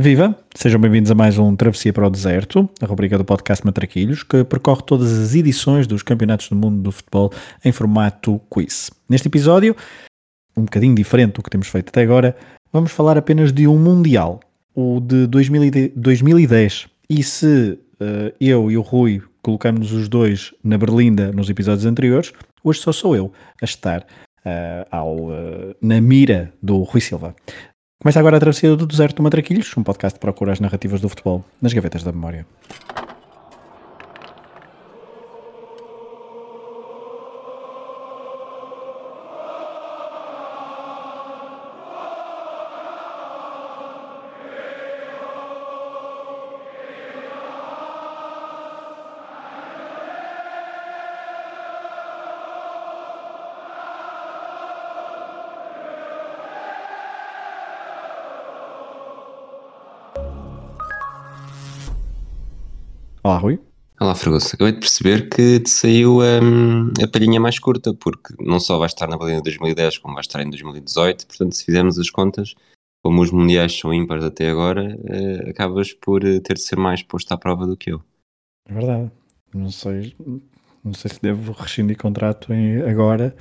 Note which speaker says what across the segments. Speaker 1: Viva! Sejam bem-vindos a mais um Travessia para o Deserto, a rubrica do podcast Matraquilhos, que percorre todas as edições dos Campeonatos do Mundo do Futebol em formato quiz. Neste episódio, um bocadinho diferente do que temos feito até agora, vamos falar apenas de um Mundial, o de 2010. E se eh, eu e o Rui colocamos os dois na Berlinda nos episódios anteriores, hoje só sou eu a estar eh, ao, eh, na mira do Rui Silva. Começa agora a travessia do deserto do Matraquilhos, um podcast que procura as narrativas do futebol nas gavetas da memória. Olá, Rui.
Speaker 2: Olá, Fragoso. Acabei de perceber que te saiu hum, a palhinha mais curta, porque não só vai estar na Berlim de 2010, como vai estar em 2018. Portanto, se fizermos as contas, como os mundiais são ímpares até agora, eh, acabas por eh, ter de ser mais posto à prova do que eu.
Speaker 1: É verdade. Não sei, não sei se devo rescindir contrato em- agora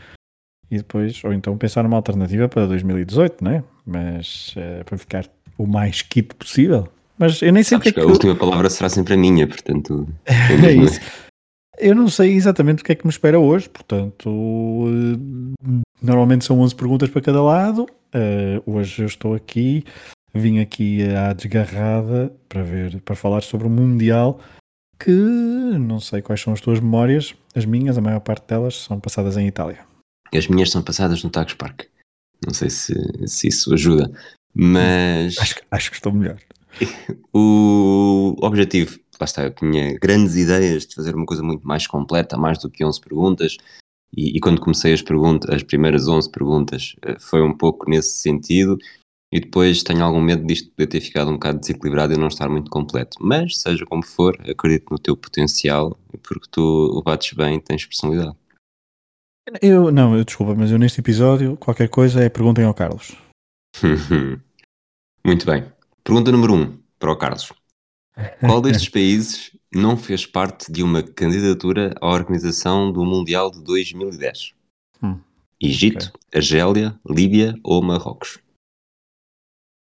Speaker 1: e depois, ou então pensar numa alternativa para 2018, não é? Mas eh, para ficar o mais quito possível. Mas eu nem sei o que
Speaker 2: Sabes
Speaker 1: é
Speaker 2: que
Speaker 1: que.
Speaker 2: a última palavra será sempre a minha, portanto.
Speaker 1: É isso. Eu não sei exatamente o que é que me espera hoje, portanto, eh, normalmente são 11 perguntas para cada lado. Eh, hoje eu estou aqui, vim aqui à desgarrada para ver, para falar sobre o Mundial, que não sei quais são as tuas memórias, as minhas, a maior parte delas são passadas em Itália.
Speaker 2: As minhas são passadas no Tacos Park. Não sei se, se isso ajuda, mas.
Speaker 1: Acho, que- acho que estou melhor.
Speaker 2: O objetivo, lá está, eu tinha grandes ideias de fazer uma coisa muito mais completa, mais do que 11 perguntas, e, e quando comecei as, perguntas, as primeiras 11 perguntas eh, foi um pouco nesse sentido, e depois tenho algum medo disto poder ter ficado um bocado desequilibrado e não estar muito completo. Mas, seja como for, acredito no teu potencial, porque tu o bates bem e tens personalidade.
Speaker 1: Eu, não, eu desculpa, mas eu neste episódio, qualquer coisa é perguntem ao Carlos.
Speaker 2: Uhum. Muito bem. Pergunta número 1 um, para o Carlos. Qual destes países não fez parte de uma candidatura à organização do Mundial de 2010?
Speaker 1: Hum.
Speaker 2: Egito, Argélia, Líbia ou Marrocos?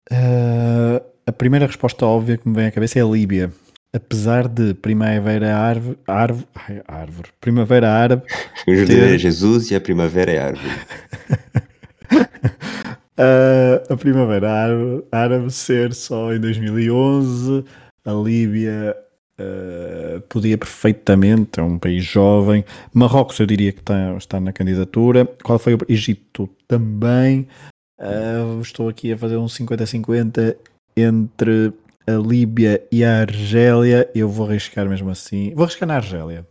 Speaker 1: Ah, a primeira resposta óbvia que me vem à cabeça é a Líbia. Apesar de primavera árvore, árvore, ai, árvore primavera árabe,
Speaker 2: O judeu
Speaker 1: Ter-
Speaker 2: é Jesus e a primavera é árvore.
Speaker 1: ah, a primavera árabe, árabe ser só em 2011, a Líbia ah, podia perfeitamente, é um país jovem. Marrocos eu diria que está, está na candidatura. Qual foi o Egito também? Ah, estou aqui a fazer um 50-50 entre a Líbia e a Argélia. Eu vou arriscar mesmo assim. Vou arriscar na Argélia.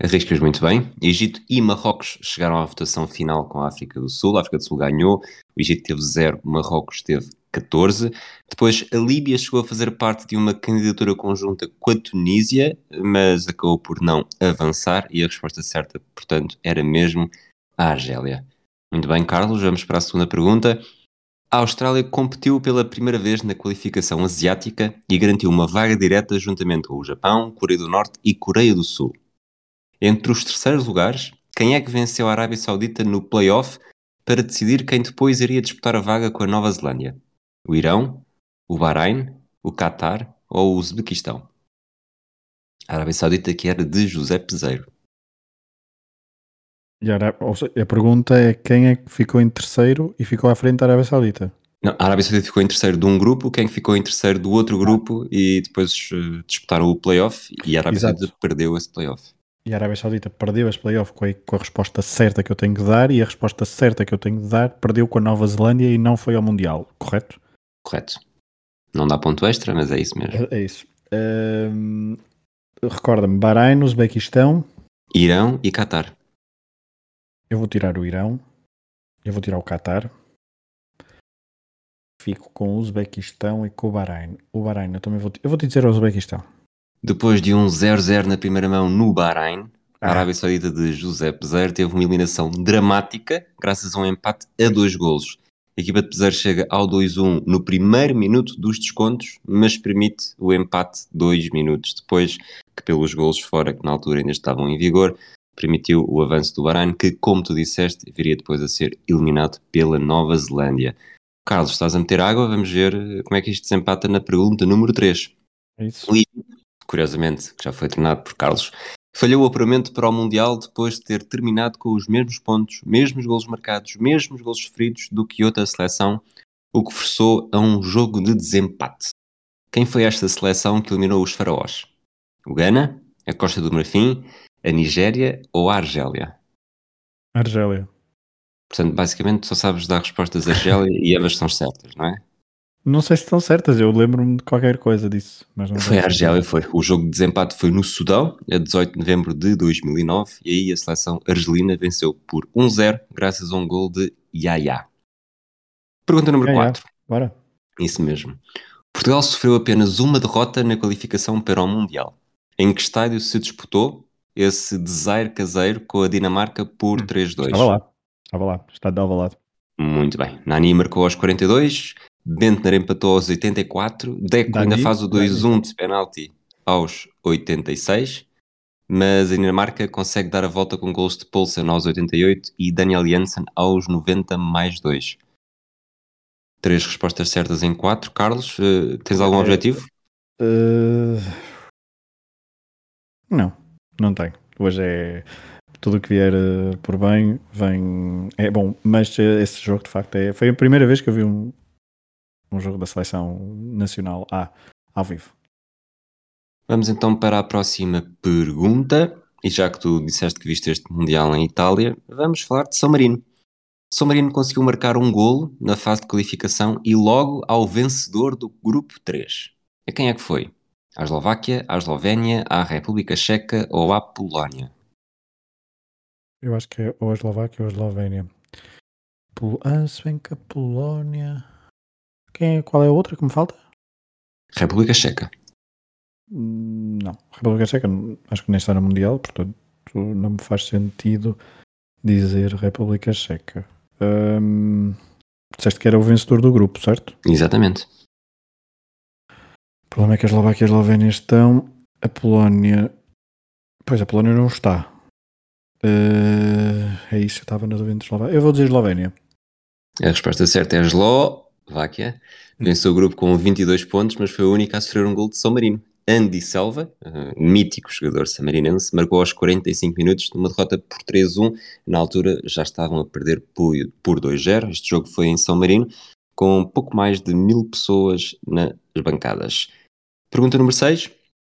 Speaker 2: Arriscas muito bem. Egito e Marrocos chegaram à votação final com a África do Sul. A África do Sul ganhou, o Egito teve 0, Marrocos teve 14. Depois a Líbia chegou a fazer parte de uma candidatura conjunta com a Tunísia, mas acabou por não avançar e a resposta certa, portanto, era mesmo a Argélia. Muito bem, Carlos, vamos para a segunda pergunta. A Austrália competiu pela primeira vez na qualificação asiática e garantiu uma vaga direta juntamente com o Japão, Coreia do Norte e Coreia do Sul. Entre os terceiros lugares, quem é que venceu a Arábia Saudita no play-off para decidir quem depois iria disputar a vaga com a Nova Zelândia? O Irão, o Bahrein, o Qatar ou o Uzbequistão? A Arábia Saudita que era de José Peseiro.
Speaker 1: E a Ará- ou seja, a pergunta é quem é que ficou em terceiro e ficou à frente da Arábia Saudita?
Speaker 2: Não, a Arábia Saudita ficou em terceiro de um grupo, quem ficou em terceiro do outro grupo e depois eh, disputaram o play-off e a Arábia
Speaker 1: Exato.
Speaker 2: Saudita perdeu esse play-off.
Speaker 1: E a Arábia Saudita perdeu as playoff com a, com a resposta certa que eu tenho que dar e a resposta certa que eu tenho de dar perdeu com a Nova Zelândia e não foi ao Mundial, correto?
Speaker 2: Correto. Não dá ponto extra, mas é isso mesmo.
Speaker 1: É, é isso. Ahm, Recorda-me, Bahrein, Uzbequistão,
Speaker 2: Irão e Qatar.
Speaker 1: eu vou tirar o Irão, eu vou tirar o Qatar, fico com o Uzbequistão e com o Bahrein. O Bahrein, eu também vou, eu vou te dizer o Uzbequistão.
Speaker 2: Depois de um 0-0 na primeira mão no Bahrein, A
Speaker 1: Ah,
Speaker 2: Arábia Saudita de José Peseiro teve uma eliminação dramática graças a um empate a dois golos. A equipa de Peseiro chega ao 2-1 no primeiro minuto dos descontos, mas permite o empate dois minutos depois, que pelos golos fora, que na altura ainda estavam em vigor, permitiu o avanço do Bahrein, que, como tu disseste, viria depois a ser eliminado pela Nova Zelândia. Carlos, estás a meter água? Vamos ver como é que isto se empata na pergunta número 3.
Speaker 1: É isso.
Speaker 2: O Egito, curiosamente, que já foi treinado por Carlos, falhou o apuramento para o Mundial depois de ter terminado com os mesmos pontos, mesmos golos marcados, mesmos golos sofridos do que outra seleção, o que forçou a um jogo de desempate. Quem foi esta seleção que eliminou os faraós? O Ghana? A Costa do Marfim? A Nigéria ou a Argélia?
Speaker 1: Argélia.
Speaker 2: Portanto, basicamente só sabes dar respostas a Argélia e ambas são certas, não é?
Speaker 1: Não sei se estão certas, eu lembro-me de qualquer coisa disso. Mas não
Speaker 2: Foi a
Speaker 1: tenho
Speaker 2: Argélia,
Speaker 1: certeza.
Speaker 2: foi. O jogo de desempate foi no Sudão, a 18 de novembro de 2009, e aí a seleção argelina venceu por 1-0, graças a um gol de Yaya. Pergunta número
Speaker 1: Yaya.
Speaker 2: 4.
Speaker 1: Bora.
Speaker 2: Isso mesmo. Portugal sofreu apenas uma derrota na qualificação para o Mundial. Em que estádio se disputou esse desaire caseiro com a Dinamarca por
Speaker 1: Hum,
Speaker 2: 3-2?
Speaker 1: Estava lá. Estava lá. Está de Alvalade.
Speaker 2: Muito bem. Nani marcou aos 42, Bentner empatou aos 84, Deco
Speaker 1: Dani,
Speaker 2: ainda faz o
Speaker 1: Dani.
Speaker 2: 2-1 de penalti aos 86, mas a Dinamarca consegue dar a volta com gols de Poulsen aos 88 e Daniel Jansen aos 90 mais 2. Três respostas certas em quatro. Carlos, eh, tens algum
Speaker 1: Eh,
Speaker 2: objetivo?
Speaker 1: Uh, Não, não tenho. Hoje é tudo o que vier uh, por bem, vem. É bom, mas uh, esse jogo de facto é. Foi a primeira vez que eu vi um, um jogo da seleção nacional A ao vivo.
Speaker 2: Vamos então para a próxima pergunta. E já que tu disseste que viste este Mundial em Itália, vamos falar de São Marino. São Marino conseguiu marcar um golo na fase de qualificação e logo ao vencedor do grupo 3. A quem é que foi? À Eslováquia, à Eslovénia, à República Checa ou à Polónia?
Speaker 1: Eu acho que é ou a Eslováquia ou a Eslovénia. Pol... Ah, se bem que a Polónia. Quem, qual é a outra que me falta?
Speaker 2: República Checa.
Speaker 1: Hum, Não, República Checa n- acho que nem está no Mundial, portanto não me faz sentido dizer República Checa. Hum, disseste que era o vencedor do grupo, certo?
Speaker 2: Exatamente.
Speaker 1: O problema é que a Eslováquia e a Eslovénia estão, a Polónia. Pois a Polónia não está. Eh, é isso, eu estava na dúvida entre Eslováquia. Eu vou dizer Eslovénia.
Speaker 2: A resposta certa é a Eslováquia. Venceu o grupo com 22 pontos, mas foi a única a sofrer um gol de São Marino. Andy Selva, eh, mítico jogador samarinense, marcou aos 45 minutos numa derrota por 3-1. Na altura já estavam a perder por, por 2-0. Este jogo foi em São Marino, com pouco mais de mil pessoas nas bancadas. Pergunta número 6.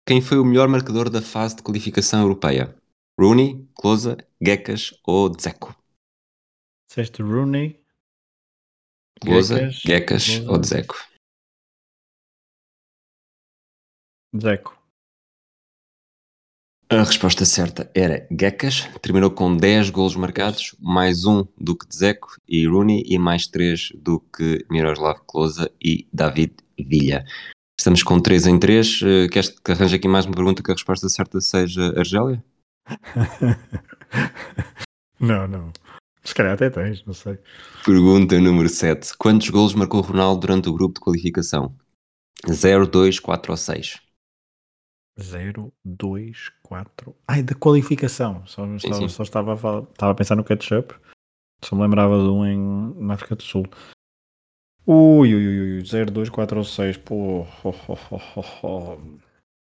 Speaker 2: Quem foi o melhor marcador da fase de qualificação europeia? Rooney, Closa, Gekas ou Dzeko?
Speaker 1: Disseste Rooney.
Speaker 2: Closa,
Speaker 1: Gekas,
Speaker 2: Gekas ou
Speaker 1: Klose,
Speaker 2: Dzeko?
Speaker 1: Dzeko.
Speaker 2: A resposta certa era Gekas, terminou com 10 golos marcados, mais um do que Dzeko e Rooney e mais 3 do que Miroslav Klose e David Villa. Estamos com 3 em 3. Queres que arranje aqui mais uma pergunta que a resposta certa seja Argélia?
Speaker 1: não, não. Se calhar até tens, não sei.
Speaker 2: Pergunta número 7. Quantos golos marcou Ronaldo durante o grupo de qualificação? 0, 2, 4 ou 6?
Speaker 1: 0, 2, 4. Ai, da qualificação. Só,
Speaker 2: Sim,
Speaker 1: só-
Speaker 2: sim.
Speaker 1: só estava, a fal- estava a pensar no ketchup. Só me lembrava de um em, na África do Sul. Ui, ui, ui, ui, 0, 2, 4 ou 6. Pô, ho, ho, ho, ho, ho.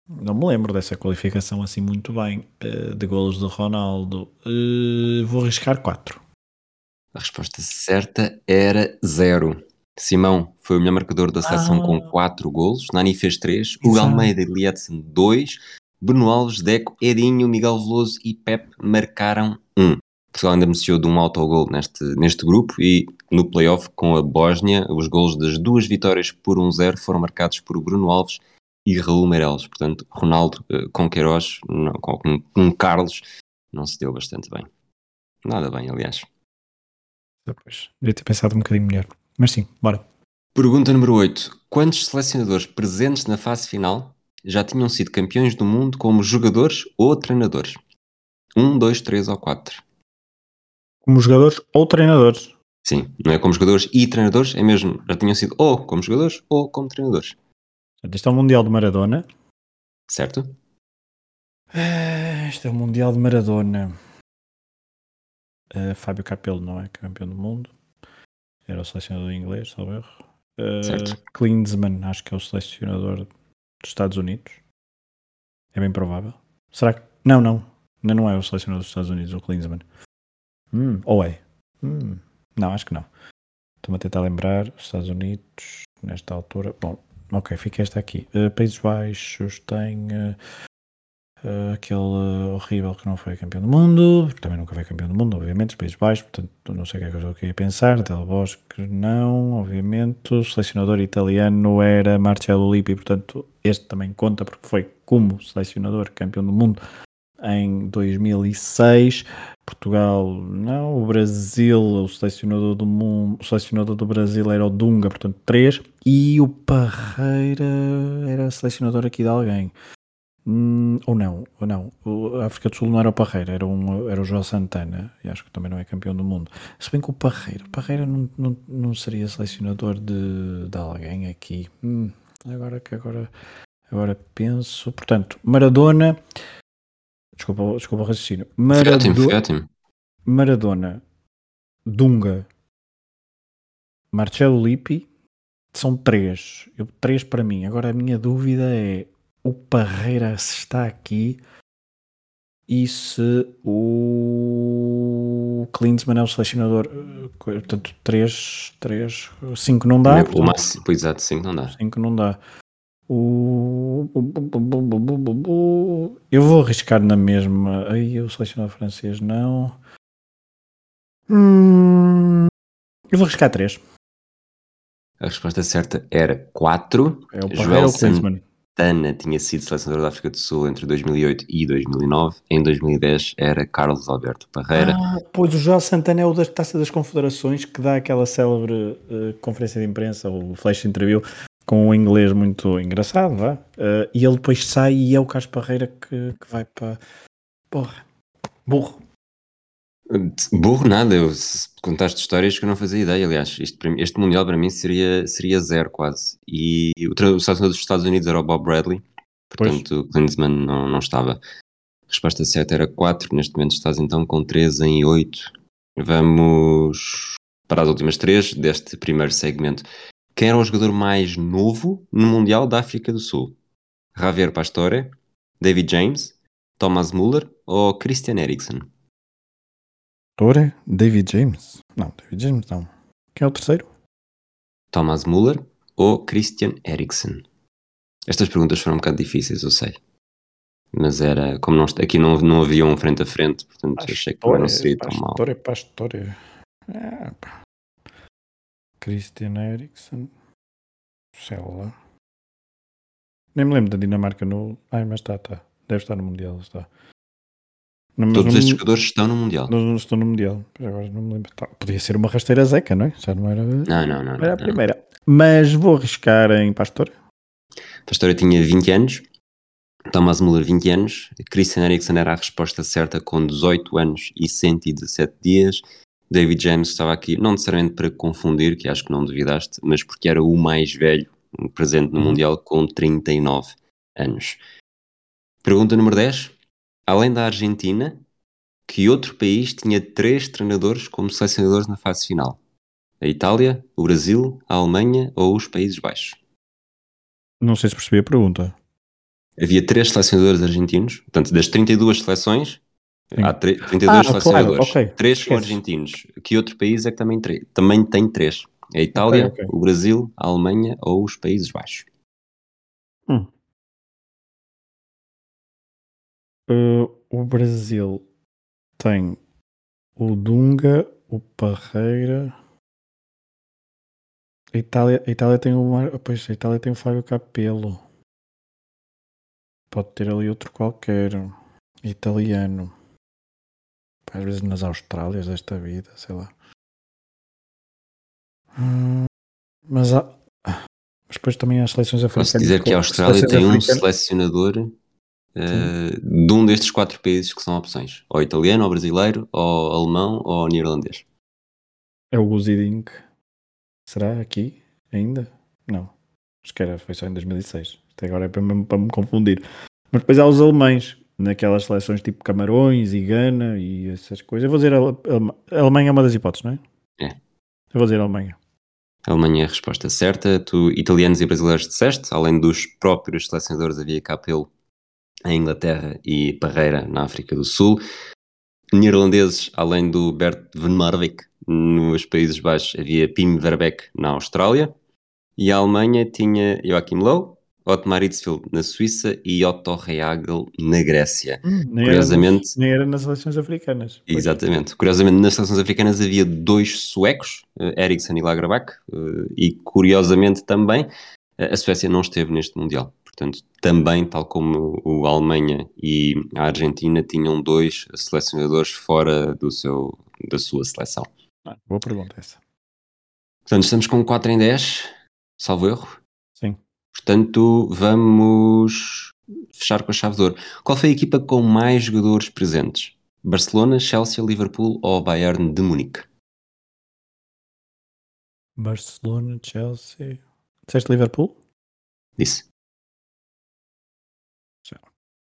Speaker 1: Não me lembro dessa qualificação assim muito bem. eh, De golos de Ronaldo. Eh, Vou arriscar 4.
Speaker 2: A resposta certa era 0. Simão foi o melhor marcador da seleção
Speaker 1: Ah.
Speaker 2: com 4 golos. Nani fez 3. Hugo
Speaker 1: Exato.
Speaker 2: Almeida e Liadson 2. Bruno Alves, Deco, Edinho, Miguel Veloso e Pep marcaram 1. Portugal ainda beneficiou de um autogol neste, neste grupo e no playoff com a Bósnia, os golos das duas vitórias por 1-0 foram marcados por Bruno Alves e Raul Meireles. Portanto, Ronaldo eh, com Queiroz, não, com, com- com Carlos, não se deu bastante bem. Nada bem, aliás.
Speaker 1: Depois, devia ter pensado um bocadinho melhor. Mas sim, bora.
Speaker 2: Pergunta número 8. Quantos selecionadores presentes na fase final já tinham sido campeões do mundo como jogadores ou treinadores? 1, 2, 3 ou 4?
Speaker 1: Como jogadores ou treinadores.
Speaker 2: Sim, não é como jogadores e treinadores, é mesmo, já tinham sido ou como jogadores ou como treinadores,
Speaker 1: Este é o Mundial de Maradona.
Speaker 2: certo?
Speaker 1: Ah, Este é o Mundial de Maradona. Ah, Fábio Capello não é campeão do mundo. Era o selecionador inglês, salvo erro. Ah,
Speaker 2: Certo.
Speaker 1: Klinsmann, acho que é o selecionador dos Estados Unidos. É bem provável. Será que. Não, não. Ainda não é o selecionador dos Estados Unidos, o Klinsmann. Hum, ou é? Hum, não, acho que não. Estou-me a tentar lembrar. Os Estados Unidos, nesta altura. Bom, ok, fica esta aqui. Ah, Países Baixos tem. ah, Uh, aquele uh, horrível que não foi campeão do mundo, porque também nunca foi campeão do mundo, obviamente, os Países Baixos, portanto, não sei o que é que eu estou aqui a pensar, Del Bosque não, obviamente, o selecionador italiano era Marcelo Lippi, portanto, este também conta porque foi como selecionador campeão do mundo em 2006, Portugal não, o Brasil, o selecionador do mundo, o selecionador do Brasil era o Dunga, portanto, 3, e o Parreira era selecionador aqui de alguém. Hum, ou não, ou não. O- A África do Sul não era o Parreira, era, um, era o João Santana, e acho que também não é campeão do mundo. Se bem que o Parreira, o Parreira não, não, não seria selecionador de, de alguém aqui. Hum, agora que agora, agora penso. Portanto, Maradona. Desculpa, desculpa o raciocínio.
Speaker 2: Foi ótimo,
Speaker 1: Maradona.
Speaker 2: foi ótimo.
Speaker 1: Maradona, Dunga, Marcelo Lippi, são três. Eu, três para mim. Agora a minha dúvida é o Parreira se está aqui e se o Klinsmann é o selecionador. Eh, co- Portanto, três, três, cinco não dá.
Speaker 2: o
Speaker 1: portanto,
Speaker 2: é máximo, pois exato, 5 não dá.
Speaker 1: cinco não dá. O... Eu vou arriscar na mesma. Aí o selecionador francês não. Hum, Eu vou arriscar 3.
Speaker 2: A resposta certa era 4.
Speaker 1: É o
Speaker 2: Joel
Speaker 1: Parreira ou o
Speaker 2: San-
Speaker 1: Klinsmann.
Speaker 2: Tana tinha sido selecionador da África do Sul entre 2008 e 2009. Em 2010 era Carlos Alberto Parreira.
Speaker 1: Ah, pois o João Santana é o da Taça das Confederações que dá aquela célebre eh, conferência de imprensa, ou flash interview, com um inglês muito engraçado, vá. Eh, e ele depois sai e é o Carlos Parreira que, que vai para. Porra, burro.
Speaker 2: Burro nada, eu, se contaste histórias que eu não fazia ideia. Aliás, este, prim- este Mundial para mim seria, seria zero quase. E o tre- o selecionador dos Estados Unidos era o Bob Bradley,
Speaker 1: Pois.
Speaker 2: portanto o Klinsmann não, não estava. A resposta certa era 4. Neste momento estás então com 3 em 8. Vamos para as últimas 3 deste primeiro segmento. Quem era o jogador mais novo no Mundial da África do Sul? Javier Pastore, David James, Thomas Müller ou Christian Eriksen?
Speaker 1: Ora, David James. Não, David James não. Quem é o terceiro?
Speaker 2: Thomas Müller ou Christian Eriksen? Estas perguntas foram um bocado difíceis, eu sei. Mas era, como não, est- aqui não, não havia um frente a frente, portanto achei que também não seria tão mal.
Speaker 1: Pastore, Pastore. Ah, pá. Christian Eriksen. Sei lá. Nem me lembro da Dinamarca no. Ai, mas está, está. Deve estar no Mundial, está. Não, mas
Speaker 2: Todos
Speaker 1: não-
Speaker 2: estes jogadores estão no Mundial.
Speaker 1: não, não estou no Mundial. Mas Agora não me lembro. Tá, Podia ser uma rasteira zeca, não é? Já não era,
Speaker 2: Não, não,
Speaker 1: era
Speaker 2: não.
Speaker 1: a
Speaker 2: não, não.
Speaker 1: primeira. Mas vou arriscar em Pastore.
Speaker 2: Pastore Então, tinha 20 anos, Thomas Müller 20 anos, Christian Eriksen era a resposta certa com 18 anos e 117 dias. David James estava aqui, não necessariamente para confundir, que acho que não duvidaste, mas porque era o mais velho presente no
Speaker 1: Uhum.
Speaker 2: Mundial com 39 anos. Pergunta número 10. Além da Argentina, que outro país tinha três treinadores como selecionadores na fase final? A Itália, o Brasil, a Alemanha ou os Países Baixos?
Speaker 1: Não sei se percebi a pergunta.
Speaker 2: havia três selecionadores argentinos, portanto, das 32 seleções,
Speaker 1: Sim.
Speaker 2: há tre-
Speaker 1: Ah,
Speaker 2: 32
Speaker 1: claro,
Speaker 2: selecionadores.
Speaker 1: ok.
Speaker 2: Três são
Speaker 1: Esquece.
Speaker 2: argentinos. Que outro país é que também, tre- também tem três? É a Itália,
Speaker 1: Ok, ok.
Speaker 2: o Brasil, a Alemanha ou os Países Baixos?
Speaker 1: Uh, o Brasil tem o Dunga, o Parreira. A Itália, a Itália tem o Mar... pois, a Itália tem o Fábio Capello. Pode ter ali outro qualquer italiano. Pá, Às vezes nas Austrálias desta vida, sei lá. Hum, Mas há... ah, mas depois também há as seleções africanas.
Speaker 2: Posso dizer que a
Speaker 1: com-
Speaker 2: Austrália
Speaker 1: seleções
Speaker 2: tem um
Speaker 1: africanas-
Speaker 2: selecionador eh, de um destes quatro países que são opções: ou italiano, ou brasileiro, ou alemão, ou neerlandês.
Speaker 1: É o Guzidink. Será aqui ainda? Não. Acho que era, foi só em 2006. Até agora é para, mesmo para me confundir. Mas depois há os alemães, naquelas seleções tipo Camarões e Gana e essas coisas. Eu vou dizer Ale- Alema- Alemanha é uma das hipóteses, não é?
Speaker 2: É.
Speaker 1: Eu vou dizer Alemanha.
Speaker 2: A Alemanha é a resposta certa. Tu, italianos e brasileiros disseste, além dos próprios selecionadores, havia Capello em Inglaterra e Parreira na África do Sul. Neerlandeses, além do Bert van Marwijk nos Países Baixos, havia Pim Verbeek na Austrália. E a Alemanha tinha Joachim Löw, Otmar Hitzfeld na Suíça e Otto Rehagel na Grécia.
Speaker 1: Nem era,
Speaker 2: Curiosamente,
Speaker 1: nem era nas seleções africanas. Pois. é.
Speaker 2: Exatamente. Curiosamente, nas seleções africanas havia dois suecos, eh, Eriksen e Lagerbäck, eh, e curiosamente também eh, a Suécia não esteve neste Mundial. Portanto, também, tal como o a Alemanha e a Argentina, tinham dois selecionadores fora do seu, da sua seleção.
Speaker 1: Ah, boa pergunta essa.
Speaker 2: Portanto, estamos com 4 em 10, salvo erro.
Speaker 1: Sim.
Speaker 2: Portanto, vamos fechar com a chave de ouro. Qual foi a equipa com mais jogadores presentes? Barcelona, Chelsea, Liverpool ou Bayern de Munique?
Speaker 1: Barcelona, Chelsea. Disseste Liverpool?
Speaker 2: Disse.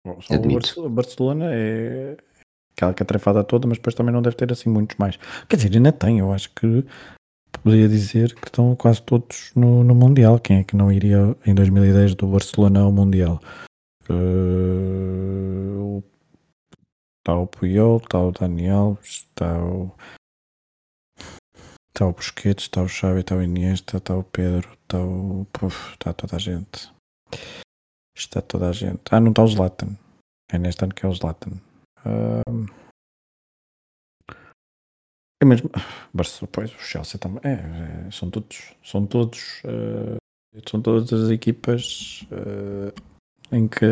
Speaker 1: Bom, só o
Speaker 2: Admito.
Speaker 1: Barce- Barcelona é aquela catrafada toda, mas depois também não deve ter assim muitos mais. Quer dizer, ainda tem, eu acho que poderia dizer que estão quase todos no, no Mundial. Quem é que não iria em 2010 do Barcelona ao Mundial? Está o Puyol, está o Daniel, está o. Está o Busquets, está o Xavi, está o Iniesta, está o Pedro, está o. Puf, está toda a gente. Está toda a gente. Ah, não está o Zlatan. É neste ano que é o Zlatan. Ahm. É mesmo. Barça, pois, o Chelsea também. É, é, são todos. São todos. eh, são todas as equipas eh, em que.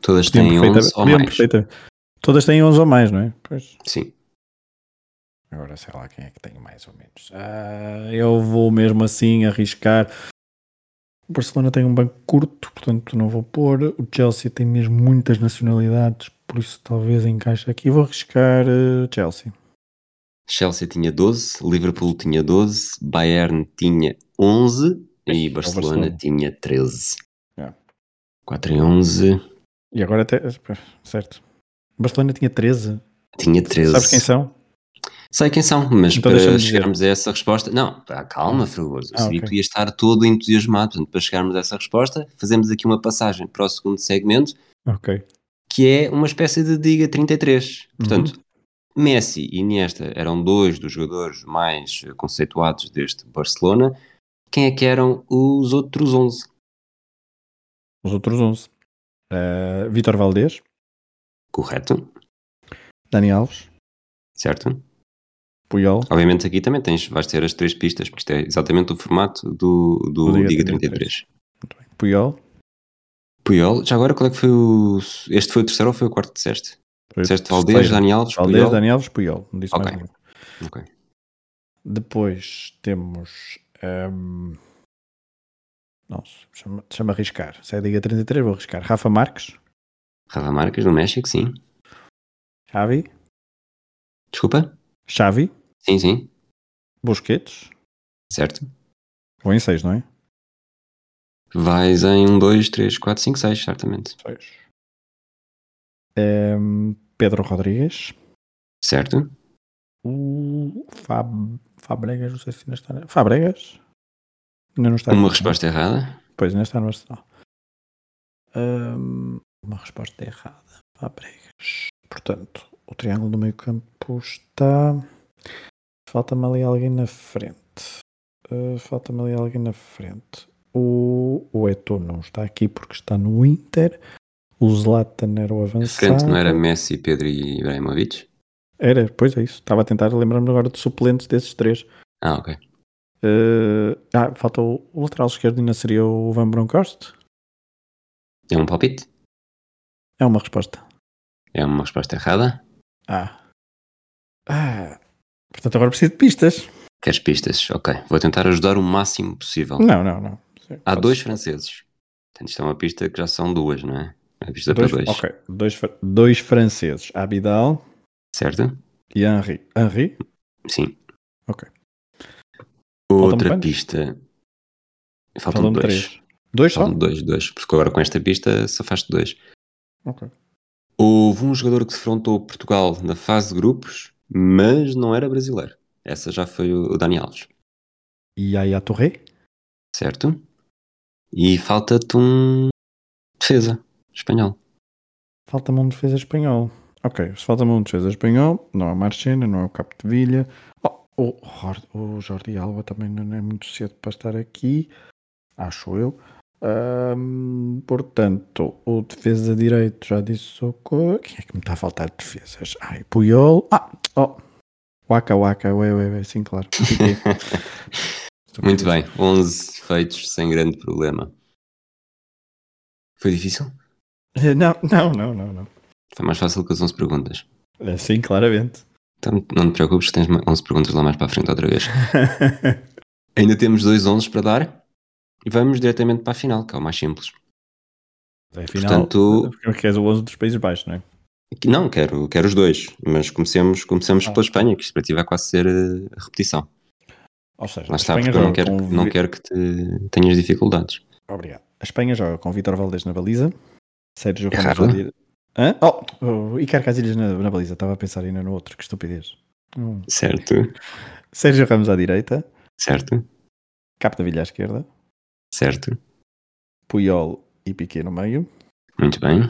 Speaker 2: Todas têm
Speaker 1: podiam
Speaker 2: 11 ou
Speaker 1: podiam
Speaker 2: mais.
Speaker 1: perfeitamente- Todas têm 11 ou mais, não é? Pois.
Speaker 2: Sim.
Speaker 1: Agora sei lá quem é que tem mais ou menos. Ah, eu vou mesmo assim arriscar. O Barcelona tem um banco curto, portanto não vou pôr. O Chelsea tem mesmo muitas nacionalidades, por isso talvez encaixe aqui. Vou arriscar eh, Chelsea.
Speaker 2: Chelsea tinha 12, Liverpool tinha 12, Bayern tinha 11
Speaker 1: Ixi,
Speaker 2: e
Speaker 1: é o
Speaker 2: Barcelona,
Speaker 1: Barcelona.
Speaker 2: tinha 13.
Speaker 1: É.
Speaker 2: 4 em 11,
Speaker 1: E agora até. Certo. O Barcelona tinha 13.
Speaker 2: tinha 13.
Speaker 1: Sabes quem são?
Speaker 2: Sei quem são, mas
Speaker 1: Então
Speaker 2: para
Speaker 1: deixa-me dizer.
Speaker 2: chegarmos a essa resposta. Não, pá, calma, Fragoso. Eu
Speaker 1: Ah,
Speaker 2: sabia
Speaker 1: ok.
Speaker 2: que tu ias estar todo entusiasmado. Portanto, para chegarmos a essa resposta, fazemos aqui uma passagem para o segundo segmento,
Speaker 1: Ok.
Speaker 2: que é uma espécie de Diga 33.
Speaker 1: Uhum.
Speaker 2: Portanto, Messi e Iniesta eram dois dos jogadores mais eh, conceituados deste Barcelona. Quem é que eram os outros 11?
Speaker 1: Os outros 11. Eh, Vitor Valdez,
Speaker 2: Correto,
Speaker 1: Dani Alves,
Speaker 2: certo?
Speaker 1: Puyol.
Speaker 2: Obviamente aqui também tens, vais ter as três pistas, porque isto é exatamente o formato do, do
Speaker 1: Do Diga
Speaker 2: Diga,
Speaker 1: 33.
Speaker 2: 33.
Speaker 1: Muito bem. Puyol.
Speaker 2: Puyol, já agora qual é que foi o. Este foi o terceiro ou foi o quarto que disseste? Disseste Valdez,
Speaker 1: Terceiro.
Speaker 2: Daniel,
Speaker 1: Valdez,
Speaker 2: Puyol.
Speaker 1: Dani Alves, Puyol. Não disse
Speaker 2: Ok.
Speaker 1: mais ninguém.
Speaker 2: Ok.
Speaker 1: Depois temos. ehm, Nossa, chama, chama arriscar. Se é Liga 33, vou arriscar. Rafa Marques,
Speaker 2: Rafa Marques, do México, sim.
Speaker 1: Xavi,
Speaker 2: Desculpa?
Speaker 1: Xavi,
Speaker 2: Sim, sim.
Speaker 1: Busquets.
Speaker 2: Certo.
Speaker 1: Vão em 6, não é?
Speaker 2: Vais em 1, 2, 3, 4, 5, 6, certamente.
Speaker 1: 6. Hum, Pedro Rodrigues.
Speaker 2: Certo.
Speaker 1: O Fab, Fabregas, não sei se ainda está. na- Fabregas? Ainda não está.
Speaker 2: Uma
Speaker 1: aqui, não é?
Speaker 2: resposta errada.
Speaker 1: Pois, ainda está no Arsenal. Hum, uma resposta errada. Fabregas. Portanto, o triângulo do meio campo está. Falta-me ali alguém na frente. Uh, Falta-me ali alguém na frente. O, o Eto'o não está aqui porque está no Inter. O Zlatan era o
Speaker 2: A
Speaker 1: avançado.
Speaker 2: frente não era Messi, Pedro e Ibrahimovic?
Speaker 1: Era, pois é isso. Estava a tentar lembrar-me agora de suplentes desses três.
Speaker 2: Ah, ok.
Speaker 1: Uh, ah, falta o, o lateral esquerdo ainda seria o Van Bronckhorst?
Speaker 2: É um palpite?
Speaker 1: É uma resposta.
Speaker 2: É uma resposta errada?
Speaker 1: Ah. Ah. Portanto, agora preciso de pistas.
Speaker 2: Queres pistas? Ok. Vou tentar ajudar o máximo possível.
Speaker 1: Não, não, não.
Speaker 2: Há
Speaker 1: Posso-
Speaker 2: dois franceses. Portanto, isto é uma pista que já são duas, não é? É Uma pista
Speaker 1: dois,
Speaker 2: para dois.
Speaker 1: Ok. Dois, fr- dois franceses. Abidal
Speaker 2: Certo?
Speaker 1: e Henri. Henri?
Speaker 2: Sim.
Speaker 1: Ok.
Speaker 2: Outra
Speaker 1: quantos?
Speaker 2: pista. Faltam
Speaker 1: Faltam-me
Speaker 2: dois.
Speaker 1: três. Dois só?
Speaker 2: Faltam dois, dois. Porque agora com esta pista só faz dois.
Speaker 1: Ok.
Speaker 2: Houve um jogador que defrontou Portugal na fase de grupos, mas não era brasileiro. Essa já foi o o Dani Alves,
Speaker 1: E aí a Torre?
Speaker 2: certo? E falta-te um defesa espanhol.
Speaker 1: Falta-me um defesa espanhol. Ok, se falta-me um defesa espanhol, não é o Marchena, não é o Capo de Vilha. Oh, o, Jor- o Jordi Alba também não é muito cedo para estar aqui, acho eu. Ahm, portanto, o defesa direito já disse socorro. Quem é que me está a faltar de defesas? Ai, Puyol. Ah, oh. Waka Waka, ué, ué, ué, sim, claro. Piqué.
Speaker 2: Muito bem, 11 feitos sem grande problema. Foi difícil?
Speaker 1: Eh, Não, não, não, não. não.
Speaker 2: Foi mais fácil que as 11 perguntas.
Speaker 1: É, Sim, claramente.
Speaker 2: Então, não te preocupes que tens ma- 11 perguntas lá mais para a frente outra vez. Ainda temos dois 11 para dar e vamos diretamente para a final, que é o mais simples.
Speaker 1: Afinal,
Speaker 2: Portanto-
Speaker 1: porque queres o 11 dos Países Baixos, não é?
Speaker 2: Aqui- Não, quero, quero os dois, mas comecemos, comecemos
Speaker 1: Ah.
Speaker 2: pela Espanha, que isto para ti vai quase ser eh, repetição.
Speaker 1: Ou seja,
Speaker 2: Lá
Speaker 1: a
Speaker 2: está,
Speaker 1: Espanha
Speaker 2: porque eu não
Speaker 1: joga
Speaker 2: quero,
Speaker 1: com
Speaker 2: não
Speaker 1: Vi-
Speaker 2: quero que te tenhas dificuldades.
Speaker 1: Obrigado. A Espanha joga com Vitor Valdez na baliza, Sérgio Ramos
Speaker 2: Errado.
Speaker 1: na baliza. Hã? Oh, oh, Icar Casilhas na, na baliza, estava a pensar ainda no outro, que estupidez. Hum.
Speaker 2: Certo,
Speaker 1: Sérgio Ramos à direita,
Speaker 2: certo,
Speaker 1: Capo da Vilha à esquerda,
Speaker 2: certo.
Speaker 1: Puyol e Piqué no meio.
Speaker 2: Muito bem,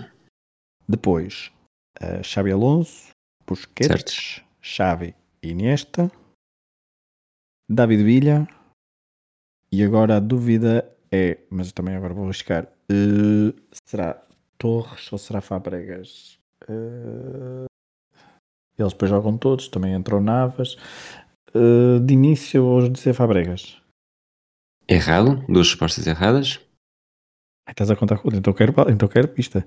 Speaker 1: Depois, eh, Xabi Alonso, Busquets, Xavi e Iniesta, David Villa. E agora a dúvida é, mas eu também agora vou arriscar, eh, será Torres ou será Fábregas? Eh, eles depois jogam todos, também entrou Navas. Eh, de início, eu vou dizer Fábregas.
Speaker 2: errado, duas respostas erradas.
Speaker 1: Ah, Estás a contar com outro, então quero, então quero pista.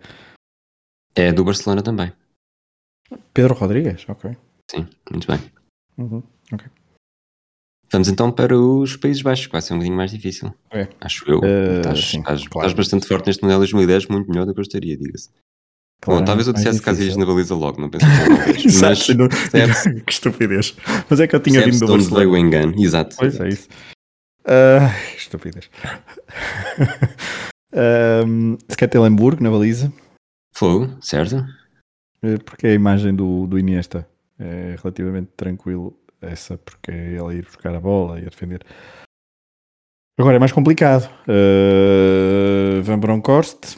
Speaker 2: É do Barcelona também.
Speaker 1: Pedro Rodrigues, ok.
Speaker 2: Sim, muito bem.
Speaker 1: Uhum.
Speaker 2: Vamos então para os Países Baixos, que vai ser um bocadinho mais difícil.
Speaker 1: É.
Speaker 2: Acho eu.
Speaker 1: Eh,
Speaker 2: estás,
Speaker 1: sim,
Speaker 2: estás-
Speaker 1: claro.
Speaker 2: estás bastante forte neste Mundial 2010, muito melhor do que eu gostaria, diga-se. Bom, talvez
Speaker 1: Claramente
Speaker 2: eu
Speaker 1: mais
Speaker 2: dissesse Casilhas
Speaker 1: difícil.
Speaker 2: na baliza logo, não pensei que era vez.
Speaker 1: Exato,
Speaker 2: Mas
Speaker 1: sim, não-
Speaker 2: percebe-se-
Speaker 1: que estupidez. Mas é que eu tinha
Speaker 2: percebe-se
Speaker 1: vindo do
Speaker 2: de onde
Speaker 1: Barcelona.
Speaker 2: veio o engano. Exato.
Speaker 1: Pois
Speaker 2: exato.
Speaker 1: é isso. Ah, estupidez. um, Scatelenburg na baliza,
Speaker 2: Fogo, certo?
Speaker 1: eh, porque é a imagem do, do Iniesta é relativamente tranquilo essa, porque é ele a ir buscar a bola e a defender. Agora é mais complicado. Eh, Van Bronckhorst,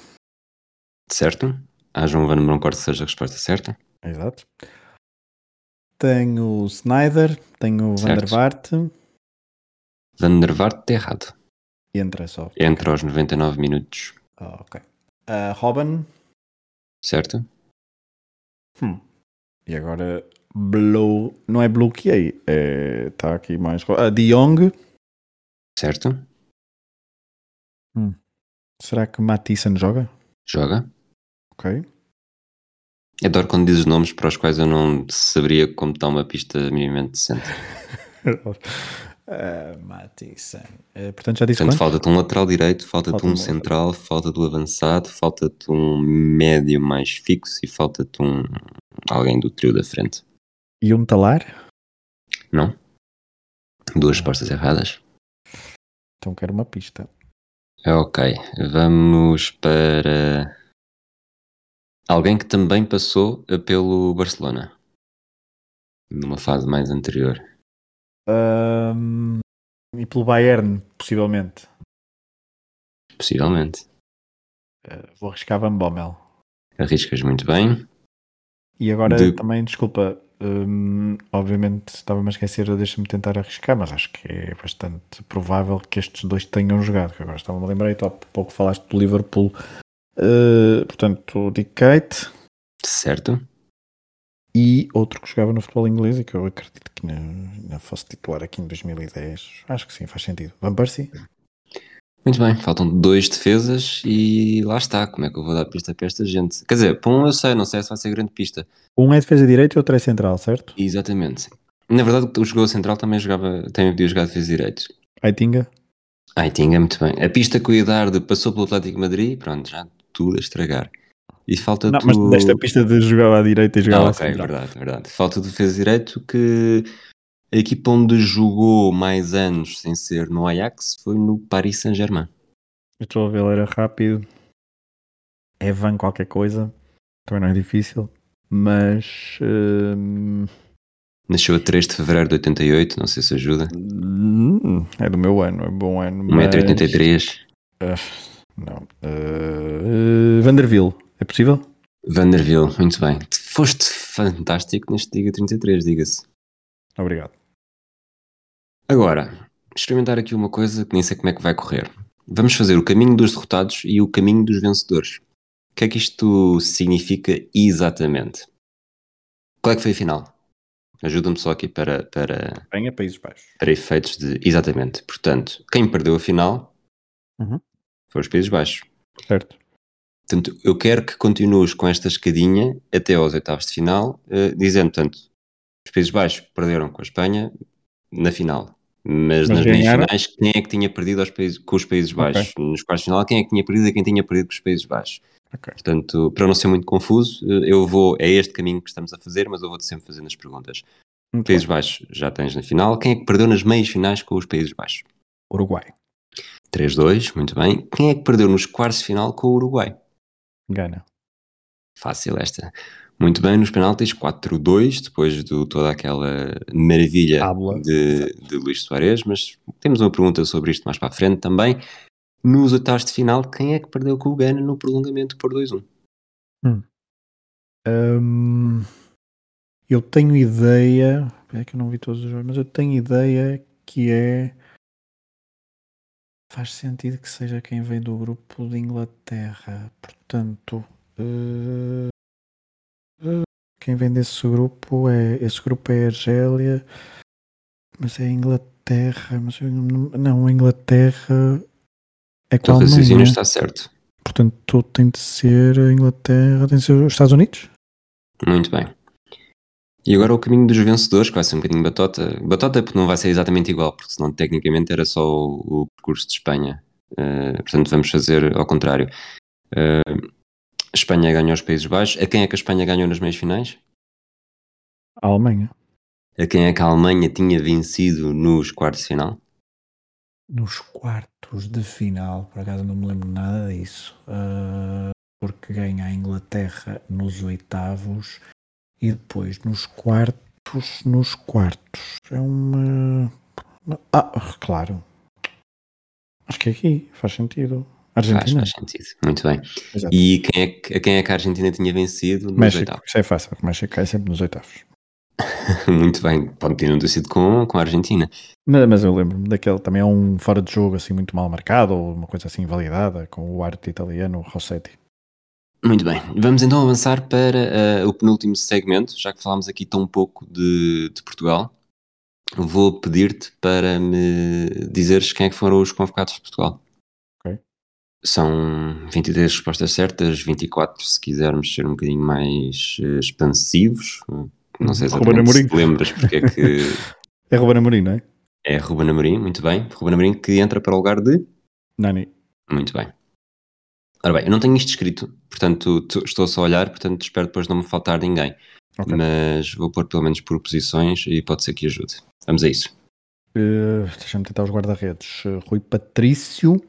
Speaker 2: Certo. Há João Van Broncorte seja a resposta certa.
Speaker 1: exato. Tenho Snyder, tenho Van der
Speaker 2: Certo.
Speaker 1: Vaart
Speaker 2: Van der Vaart, errado. É
Speaker 1: e entra só.
Speaker 2: Entre aos 99 minutos,
Speaker 1: Ah, ok. Ah, Robin.
Speaker 2: certo?
Speaker 1: E agora Blow. Não é bloqueei. É, tá aqui mais. Ah, De Jong.
Speaker 2: Certo.
Speaker 1: Será que Matisse joga?
Speaker 2: Joga.
Speaker 1: Ok.
Speaker 2: Adoro quando dizes nomes para os quais eu não saberia como dar uma pista minimamente decente.
Speaker 1: uh, Matisse. portanto, já disse
Speaker 2: Portanto,
Speaker 1: quanto?
Speaker 2: falta-te um lateral direito, falta-te
Speaker 1: Falta
Speaker 2: um
Speaker 1: um
Speaker 2: central, falta-te um avançado, falta-te um médio mais fixo e falta-te um alguém do trio da frente.
Speaker 1: E um talar?
Speaker 2: Duas respostas erradas.
Speaker 1: Então quero uma pista.
Speaker 2: É ok. Vamos para alguém que também passou pelo Barcelona. Numa fase mais anterior.
Speaker 1: Ahm, Um, e pelo Bayern, possivelmente.
Speaker 2: Possivelmente.
Speaker 1: Ah, vou arriscar Van Bommel.
Speaker 2: Arriscas muito bem.
Speaker 1: E agora
Speaker 2: De-
Speaker 1: também, desculpa, hum, obviamente estava-me a esquecer, deixa-me tentar arriscar, mas acho que é bastante provável que estes dois tenham jogado, que agora estava-me a lembrar, e tu há pouco falaste do Liverpool. Uh, portanto, o Dick Kate
Speaker 2: Certo?
Speaker 1: e outro que jogava no futebol inglês e que eu acredito que não, não fosse titular aqui em 2010. Acho que sim, faz sentido. Van Persie?
Speaker 2: Muito bem, faltam dois defesas e lá está. Como é que eu vou dar pista para esta gente? Quer dizer, para um eu sei, não sei se vai ser grande pista.
Speaker 1: Um é defesa direita e outro é central, certo?
Speaker 2: Exatamente. Na verdade, o jogador central também jogava, também podia jogar de defesa direito.
Speaker 1: Aitinga?
Speaker 2: Ai, tinha muito bem. A pista que eu ia dar de passou pelo Atlético de Madrid, pronto, já tudo a estragar. E falta
Speaker 1: Não,
Speaker 2: tu...
Speaker 1: mas desta pista de jogava à direita e
Speaker 2: Ah,
Speaker 1: jogava à
Speaker 2: ok,
Speaker 1: central.
Speaker 2: verdade, verdade. Falta o defesa direito que A equipa onde jogou mais anos sem ser no Ajax foi no Paris Saint-Germain.
Speaker 1: Eu estou a ver, ele era rápido. Evan qualquer coisa. Também não é difícil. Mas. hum,
Speaker 2: Nasceu a 3 de fevereiro de 88, não sei se ajuda.
Speaker 1: hum, é do meu ano, é bom ano. mas-
Speaker 2: 1,83m.
Speaker 1: Ah, não. Ah, ah, Vanderbilt, é possível?
Speaker 2: Vanderville, muito bem. Foste fantástico neste Diga 33, diga-se.
Speaker 1: Obrigado.
Speaker 2: Agora, experimentar aqui uma coisa que nem sei como é que vai correr. Vamos fazer o caminho dos derrotados e o caminho dos vencedores. O que é que isto significa exatamente? Qual é que foi a final? Ajuda-me só aqui para, para,
Speaker 1: Espanha, Países Baixos.
Speaker 2: para efeitos de. Exatamente. Portanto, quem perdeu a final
Speaker 1: Uhum.
Speaker 2: foi os Países Baixos.
Speaker 1: Certo.
Speaker 2: Portanto, eu quero que continues com esta escadinha até aos oitavos de final, eh, dizendo, portanto, os Países Baixos perderam com a Espanha na final, mas,
Speaker 1: Mas
Speaker 2: nas
Speaker 1: ganharam?
Speaker 2: meias-finais, quem é que tinha perdido aos países, com os Países Baixos? Nos quartos de final, quem é que tinha perdido e quem tinha perdido com os Países Baixos?
Speaker 1: Ok.
Speaker 2: Portanto, para não ser muito confuso, eh, eu vou, é este caminho que estamos a fazer, mas eu vou-te sempre fazendo as perguntas.
Speaker 1: Muito
Speaker 2: Países
Speaker 1: bem.
Speaker 2: Baixos já tens na final, quem é que perdeu nas meias-finais com os Países Baixos?
Speaker 1: Uruguai.
Speaker 2: 3-2, muito bem. Quem é que perdeu nos quartos de final com o Uruguai?
Speaker 1: Gana.
Speaker 2: Fácil esta. Muito bem, nos penaltis 4-2, depois de toda aquela maravilha
Speaker 1: Tábua.
Speaker 2: de, de Luís Soares, mas temos uma pergunta sobre isto mais para a frente também. Nos oitavos de final, quem é que perdeu com o Gana no prolongamento por 2-1?
Speaker 1: Hum, eu tenho ideia. É que eu não vi todos os jogos, mas eu tenho ideia que é. Faz sentido que seja quem vem do grupo de Inglaterra. Portanto. eh, eh, quem vem desse grupo é. Esse grupo é a Argélia, mas é a Inglaterra. Mas eu não, não, a Inglaterra é
Speaker 2: O teu
Speaker 1: com a
Speaker 2: raciocínio
Speaker 1: Alemanha.
Speaker 2: Então, está certo.
Speaker 1: Portanto, tem de ser a Inglaterra, tem de ser os Estados Unidos?
Speaker 2: Muito bem. E agora o caminho dos vencedores, que vai ser um bocadinho batota. Batota porque não vai ser exatamente igual, porque senão tecnicamente era só o, o percurso de Espanha. Eh, portanto, vamos fazer ao contrário. Eh, Espanha ganhou os Países Baixos. A quem é que a Espanha ganhou nas meias finais?
Speaker 1: A Alemanha.
Speaker 2: A quem é que a Alemanha tinha vencido nos quartos de final?
Speaker 1: Nos quartos de final, por acaso não me lembro nada disso, ah, porque ganha a Inglaterra nos oitavos e depois nos quartos, nos quartos. É uma. Ah, claro. Acho que é aqui, faz sentido.
Speaker 2: Faz,
Speaker 1: Argentina.
Speaker 2: faz sentido. Muito bem.
Speaker 1: Exato.
Speaker 2: E quem é que, a quem é que a Argentina tinha vencido nos
Speaker 1: México,
Speaker 2: oitavos?
Speaker 1: isso é fácil, porque México cai sempre nos oitavos.
Speaker 2: Muito bem. Pode ter não ter sido com, com a Argentina.
Speaker 1: Não, mas eu lembro-me daquele também é um fora de jogo assim muito mal marcado ou uma coisa assim invalidada com o arte italiano Rossetti.
Speaker 2: Muito bem, vamos então avançar para ah, o penúltimo segmento, já que falámos aqui tão pouco de, de Portugal. Vou pedir-te para me dizeres quem é que foram os convocados de Portugal.
Speaker 1: Ok.
Speaker 2: São 23 respostas certas, 24 se quisermos ser um bocadinho mais eh, expansivos. Não sei
Speaker 1: Uhum. Ruben
Speaker 2: exatamente se
Speaker 1: Amorim.
Speaker 2: te lembras porque é que
Speaker 1: É Ruben Amorim, não é?
Speaker 2: é Ruben Amorim, muito bem. Ruben Amorim que entra para o lugar de...
Speaker 1: Nani.
Speaker 2: Muito bem. Ora bem, eu não tenho isto escrito, portanto tu- estou só a olhar, portanto espero depois não me faltar ninguém.
Speaker 1: Ok.
Speaker 2: Mas vou pôr pelo menos por posições e pode ser que ajude. Vamos a isso.
Speaker 1: Eh, Deixa-me tentar os guarda-redes. Eh, Rui Patrício.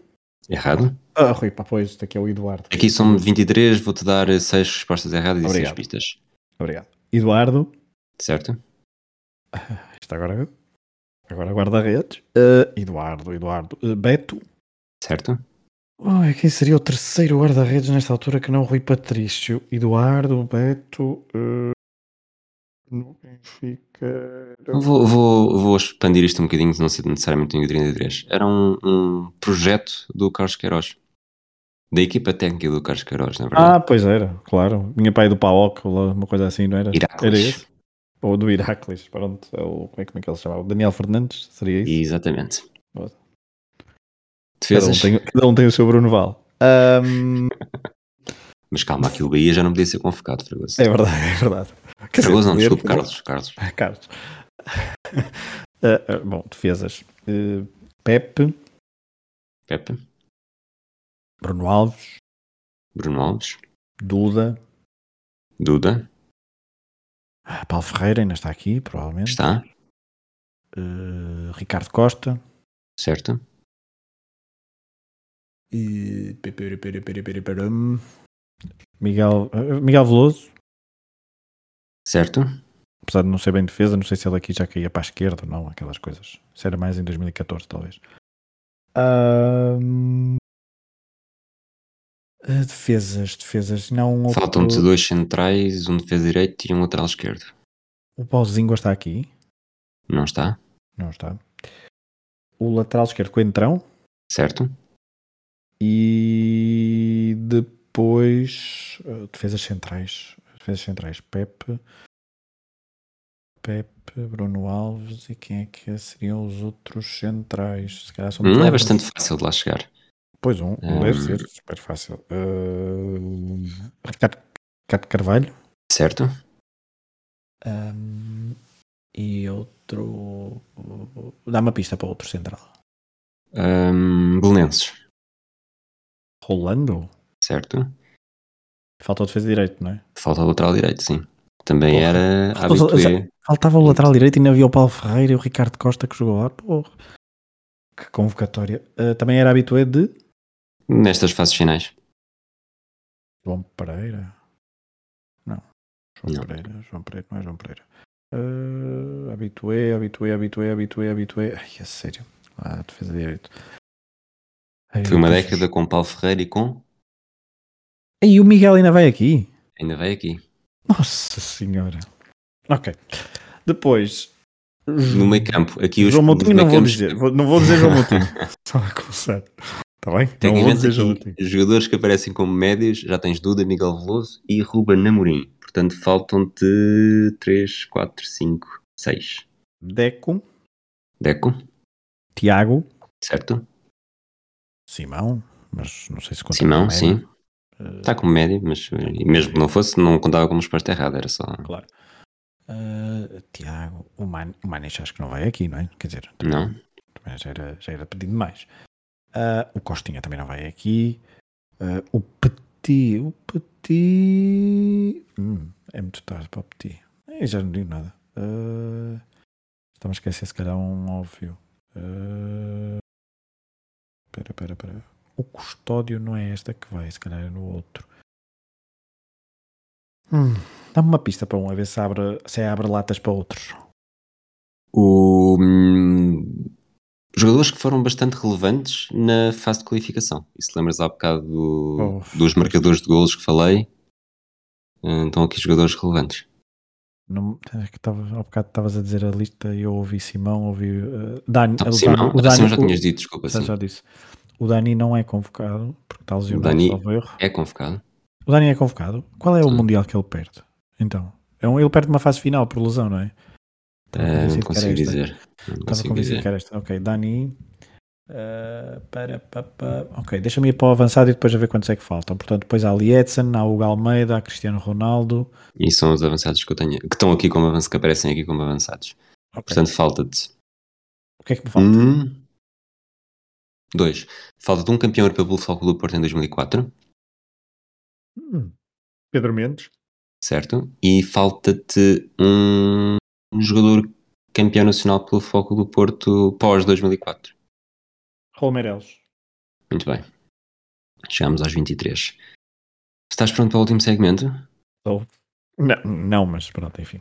Speaker 2: Errado?
Speaker 1: Ah, Rui, pá, pois, este aqui é o Eduardo.
Speaker 2: Aqui são 23, vou-te dar 6 respostas erradas e 6
Speaker 1: Obrigado.
Speaker 2: pistas.
Speaker 1: Obrigado. Eduardo.
Speaker 2: Certo?
Speaker 1: Isto agora. Agora guarda-redes. Eh, Eduardo, Eduardo. Eh, Beto.
Speaker 2: Certo?
Speaker 1: Ai, quem seria o terceiro guarda-redes nesta altura que não Rui Patrício? Eduardo, Beto. eh, não, quem fica.
Speaker 2: Vou, vou, vou expandir isto um bocadinho, não ser necessariamente o 33. Era um, um projeto do Carlos Queiroz. Da equipa técnica do Carlos Queiroz, na verdade.
Speaker 1: Ah, pois era, claro. Minha pai é do Paok, lá, uma coisa assim, não era?
Speaker 2: Heracles.
Speaker 1: Era esse? Ou do Heracles, pronto. É o, como, é, que- como é que ele se chamava? Daniel Fernandes? Seria isso?
Speaker 2: Exatamente.
Speaker 1: Boa. Cada um,
Speaker 2: Defesas.
Speaker 1: tem, cada um tem o seu Bruno Val. Ahm,
Speaker 2: Mas calma, aqui o Bahia já não podia ser convocado, Fragoso.
Speaker 1: é verdade, é verdade. Quer dizer,
Speaker 2: Fragoso não,
Speaker 1: poder-
Speaker 2: desculpe, Carlos. Carlos.
Speaker 1: Carlos. Ah, ah, bom, defesas. Eh, Pepe,
Speaker 2: Pepe,
Speaker 1: Bruno Alves,
Speaker 2: Bruno Alves,
Speaker 1: Duda,
Speaker 2: Duda,
Speaker 1: ah, Paulo Ferreira ainda está aqui, provavelmente.
Speaker 2: está.
Speaker 1: eh, Ricardo Costa
Speaker 2: certo?
Speaker 1: e. piripiripiripiripirim, Miguel, eh, Miguel Veloso,
Speaker 2: Certo?
Speaker 1: apesar de não ser bem defesa, não sei se ele aqui já caía para a esquerda ou não, aquelas coisas. Isso era mais em 2014, talvez. Ahm, eh, defesas, defesas. Não, o-
Speaker 2: Faltam-te dois centrais, um defesa direito e um lateral esquerdo.
Speaker 1: O Pauzingua está aqui.
Speaker 2: Não está?
Speaker 1: Não está. O lateral esquerdo Coentrão
Speaker 2: Certo?
Speaker 1: e depois eh, defesas centrais. Defesas centrais. Pepe, Pepe, Bruno Alves e quem é que seriam os outros centrais? Se calhar são
Speaker 2: Não é
Speaker 1: todos.
Speaker 2: bastante fácil de lá chegar.
Speaker 1: Pois um, um
Speaker 2: Hum.
Speaker 1: deve ser super fácil. Eh, Ricardo, Ricardo Carvalho
Speaker 2: Certo?
Speaker 1: Ahm, e outro. Dá uma pista para outro central.
Speaker 2: Hum, Belenenses.
Speaker 1: Rolando?
Speaker 2: Certo?
Speaker 1: Falta o defesa direito, não é?
Speaker 2: Falta o lateral direito, sim. Também
Speaker 1: Porra.
Speaker 2: era
Speaker 1: Falta o-
Speaker 2: habitué.
Speaker 1: Faltava o
Speaker 2: Sim.
Speaker 1: lateral direito e ainda havia o Paulo Ferreira e o Ricardo Costa que jogou lá. Porra. Que convocatória. Ah, também era habitué de
Speaker 2: Nestas fases finais.
Speaker 1: João Pereira. Não. João
Speaker 2: Não.
Speaker 1: Pereira. João Pereira. Não é João Pereira. Ah, habitué, habitué, habitué, habitué, habitué. Ai, é sério. Ah, defesa direito. Ai,
Speaker 2: Foi uma
Speaker 1: Jesus.
Speaker 2: década com Paulo Ferreira e com.
Speaker 1: E o Miguel ainda vai aqui.
Speaker 2: Ainda vai aqui.
Speaker 1: Nossa Senhora. Ok. Depois.
Speaker 2: No meio campo. Aqui os é
Speaker 1: João
Speaker 2: os
Speaker 1: Moutinho não vou
Speaker 2: meio-campos-
Speaker 1: dizer. Vou- não vou dizer João Moutinho. Só a começar. Está bem? Não vou
Speaker 2: Tecnicamente
Speaker 1: dizer João
Speaker 2: aqui,
Speaker 1: Moutinho.
Speaker 2: jogadores que aparecem como médios, já tens Duda, Miguel Veloso e Ruben Namorim. Portanto, faltam-te 3, 4, 5, 6.
Speaker 1: Deco,
Speaker 2: Deco,
Speaker 1: Tiago,
Speaker 2: certo?
Speaker 1: Simão, mas não sei se conta.
Speaker 2: Simão,
Speaker 1: como era.
Speaker 2: sim. Tá
Speaker 1: Eh,
Speaker 2: Está como médio, mas e mesmo que não fosse, não contava como resposta errada, era só.
Speaker 1: Claro. Eh, Tiago, o Mane, o Mane acho que não vai aqui, não é? Quer dizer, também,
Speaker 2: Não?
Speaker 1: também já, era, já era pedido demais. Ah, o Costinha também não vai aqui. Ah, o Petit, o Petit. Hum, é muito tarde para o Petit. Eh, já não digo nada. Ah, estamos a esquecer, se calhar, um óbvio. Ah, Espera, espera, espera. O custódio não é esta que vai, se calhar é no outro. Hum, Dá-me uma pista para um, a ver se abre, se abre latas para outros.
Speaker 2: O. hum, Jogadores que foram bastante relevantes na fase de qualificação. E se lembras há bocado do-
Speaker 1: Oh,
Speaker 2: dos
Speaker 1: pois.
Speaker 2: marcadores de golos que falei, eh, estão aqui jogadores relevantes.
Speaker 1: Não, é que tava, há bocado estavas a dizer a lista e eu ouvi Simão, ouvi. Uh, Dani,
Speaker 2: Então,
Speaker 1: o
Speaker 2: Simão,
Speaker 1: Dani, o Dani,
Speaker 2: Simão já
Speaker 1: o-
Speaker 2: tinhas dito, assim. desculpa,
Speaker 1: já,
Speaker 2: sim.
Speaker 1: já disse. O Dani não é convocado, porque está lesionado,
Speaker 2: Dani-
Speaker 1: salvo erro.
Speaker 2: É convocado.
Speaker 1: O Dani é convocado. Qual é o
Speaker 2: Sim.
Speaker 1: Mundial que ele perde? Então, é um, ele perde uma fase final por lesão, não é? Estava
Speaker 2: Eh, não
Speaker 1: convencido que era
Speaker 2: consigo
Speaker 1: esta.
Speaker 2: dizer. Não
Speaker 1: Estava
Speaker 2: consigo
Speaker 1: convencido
Speaker 2: dizer.
Speaker 1: que era esta. Ok, Dani. eh, para, pa, pa. Ok, deixa-me ir para o avançado e depois a ver quantos é que faltam. Portanto, depois há Lietzen, há Hugo Almeida, há Cristiano Ronaldo.
Speaker 2: E são os avançados que eu tenho, que estão aqui como avançados, que aparecem aqui como avançados.
Speaker 1: Ok,
Speaker 2: Portanto, falta-te
Speaker 1: o que é que me falta?
Speaker 2: um, dois. Falta-te um campeão europeu pelo Futebol Clube do Porto em 2004,
Speaker 1: Hum, Pedro Mendes.
Speaker 2: certo? E falta-te um, um jogador campeão nacional pelo Futebol Clube do Porto pós 2004.
Speaker 1: Romeireles.
Speaker 2: Muito bem. Chegamos aos 23. Estás pronto para o último segmento?
Speaker 1: Não, não, mas pronto, enfim.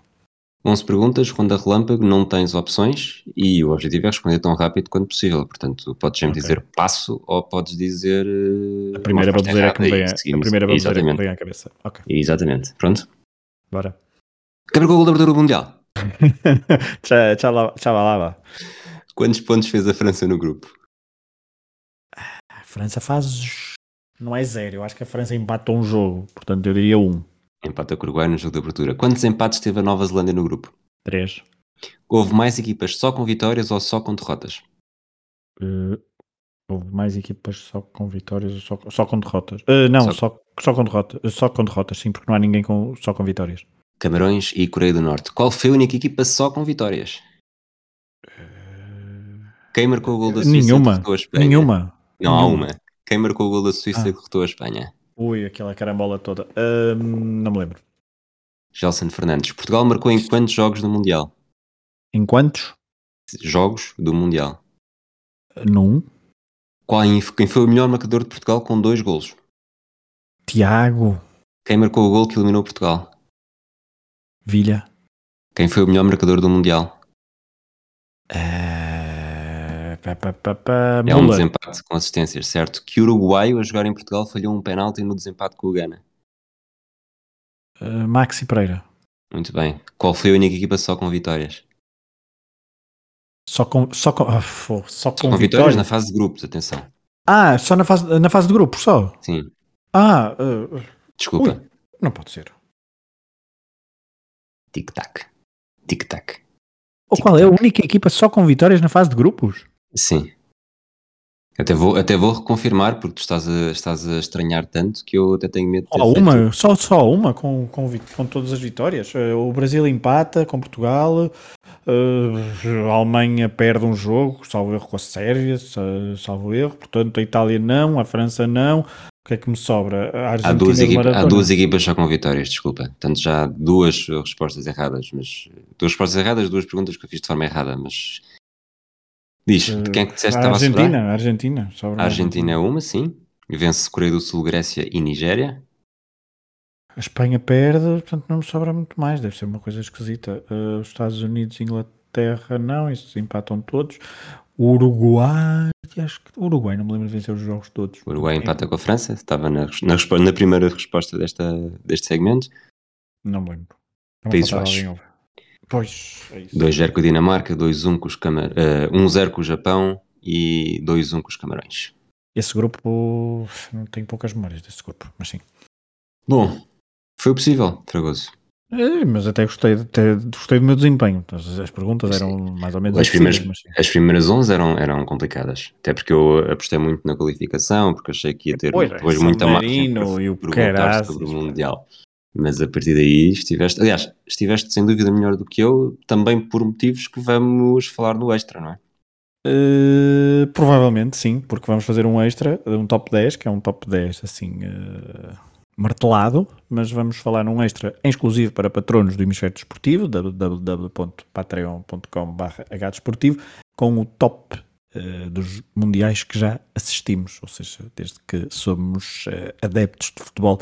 Speaker 2: 11 perguntas, ronda relâmpago, não tens opções e o objetivo é responder tão rápido quanto possível. Portanto, podes sempre
Speaker 1: Ok.
Speaker 2: dizer passo ou podes dizer. eh,
Speaker 1: A primeira baboseira é que me vem a- a primeira baboseira é que me
Speaker 2: Exatamente.
Speaker 1: vem à cabeça. Ok,
Speaker 2: Exatamente. Pronto.
Speaker 1: bora.
Speaker 2: Quem marcou o goleador do Mundial?
Speaker 1: Tchau, tchau, lá- tchau, lá, lá.
Speaker 2: Quantos pontos fez a França no grupo?
Speaker 1: A França faz. Não é zero. Eu acho que a França empatou um jogo. Portanto, eu diria um.
Speaker 2: Empata com o Uruguai no jogo de abertura. Quantos empates teve a Nova Zelândia no grupo?
Speaker 1: Três.
Speaker 2: Houve mais equipas só com vitórias ou só com derrotas?
Speaker 1: Eh, houve mais equipas só com vitórias ou só, só com derrotas? Eh, não, só, só, com derrotas. Só com derrotas, sim, porque não há ninguém com, só com vitórias.
Speaker 2: Camarões e Coreia do Norte. Qual foi a única equipa só com vitórias? Quem marcou o gol da Suíça?
Speaker 1: Nenhuma.
Speaker 2: derrotou a Espanha?
Speaker 1: Nenhuma.
Speaker 2: Não há
Speaker 1: Nenhuma.
Speaker 2: uma. Quem marcou o gol da Suíça
Speaker 1: Ah.
Speaker 2: que derrotou a Espanha?
Speaker 1: Ui, aquela carambola toda. Ahm, não me lembro.
Speaker 2: Gelson Fernandes. Portugal marcou em quantos jogos no Mundial?
Speaker 1: Em quantos?
Speaker 2: jogos do Mundial.
Speaker 1: Num.
Speaker 2: Qual, quem foi o melhor marcador de Portugal com dois golos?
Speaker 1: Tiago
Speaker 2: Quem marcou o gol que eliminou Portugal?
Speaker 1: Vilha.
Speaker 2: Quem foi o melhor marcador do Mundial?
Speaker 1: Eh, pá, pá, pá, pá,
Speaker 2: É um
Speaker 1: Müller.
Speaker 2: desempate com assistências, certo? Que uruguaio a jogar em Portugal falhou um penalti no desempate com o Gana.
Speaker 1: Eh, Maxi Pereira.
Speaker 2: Muito bem. Qual foi a única equipa só com vitórias?
Speaker 1: Só com, só com, ah, fogo, só com,
Speaker 2: Com, vitórias
Speaker 1: vitória.
Speaker 2: na fase de grupos, atenção.
Speaker 1: Ah, só na fase, na fase de grupo, só.
Speaker 2: Sim,
Speaker 1: Ah, eh,
Speaker 2: desculpa.
Speaker 1: Ui. não pode ser.
Speaker 2: Tic-tac. Tic-tac.
Speaker 1: Ou
Speaker 2: Tipo
Speaker 1: qual é a única equipa só com vitórias na fase de grupos?
Speaker 2: Sim. Até vou, até vou reconfirmar, porque tu estás a, estás a estranhar tanto que eu até tenho medo de ter
Speaker 1: Só
Speaker 2: feito.
Speaker 1: uma, só, só uma com, com, vi- com todas as vitórias. Eh, O Brasil empata com Portugal, eh, a Alemanha perde um jogo, salvo erro com a Sérvia, sa- salvo erro. Portanto, a Itália não, a França não. O que é que me sobra? A Argentina
Speaker 2: Há duas,
Speaker 1: do
Speaker 2: equipa, há
Speaker 1: Maradona.
Speaker 2: duas equipas só com vitórias, desculpa. Portanto, já há duas eh, respostas erradas, mas duas respostas erradas, duas perguntas que eu fiz de forma errada, mas diz, de quem é que disseste que
Speaker 1: Eh, a
Speaker 2: estava a sobrar?
Speaker 1: Argentina, a Argentina. sobra
Speaker 2: A Argentina é uma, sim. Vence Coreia do Sul, Grécia e Nigéria.
Speaker 1: A Espanha perde, portanto não me sobra muito mais, deve ser uma coisa esquisita. Eh, os Estados Unidos e Inglaterra não, esses empatam todos. O Uruguai, acho que o Uruguai, não me lembro de vencer os jogos todos.
Speaker 2: O Uruguai empata com a França, estava na, res- na, respo- na primeira resposta desta, deste segmento.
Speaker 1: Não me lembro. Não
Speaker 2: Países
Speaker 1: faltava
Speaker 2: Baixos.
Speaker 1: alguém ouvir. Pois, é isso.
Speaker 2: 2-0 com a Dinamarca, 2-1 com os Camar... eh, 1-0 com o Japão e 2-1 com os Camarões.
Speaker 1: Esse grupo, não tenho poucas memórias desse grupo, mas sim.
Speaker 2: Bom, foi o possível, Fragoso.
Speaker 1: Eh, Mas até gostei, até gostei do meu desempenho. As, as perguntas eram mais ou menos
Speaker 2: As primeiras-
Speaker 1: mas sim.
Speaker 2: As primeiras 11 eram, eram complicadas, até porque eu apostei muito na qualificação, porque achei que ia ter
Speaker 1: Pois é,
Speaker 2: depois
Speaker 1: San
Speaker 2: muita margem
Speaker 1: Marino
Speaker 2: para
Speaker 1: e o
Speaker 2: perguntar
Speaker 1: caraças,
Speaker 2: sobre o
Speaker 1: pá.
Speaker 2: Mundial. Mas a partir daí estiveste, aliás, estiveste sem dúvida melhor do que eu, também por motivos que vamos falar no extra, não é?
Speaker 1: Eh, provavelmente sim, porque vamos fazer um extra, um top 10, que é um top 10 assim eh, martelado, mas vamos falar num extra em exclusivo para patronos do hemisfério desportivo, www.patreon.com.br desportivo, com o top eh, dos mundiais que já assistimos, ou seja, desde que somos eh, adeptos de futebol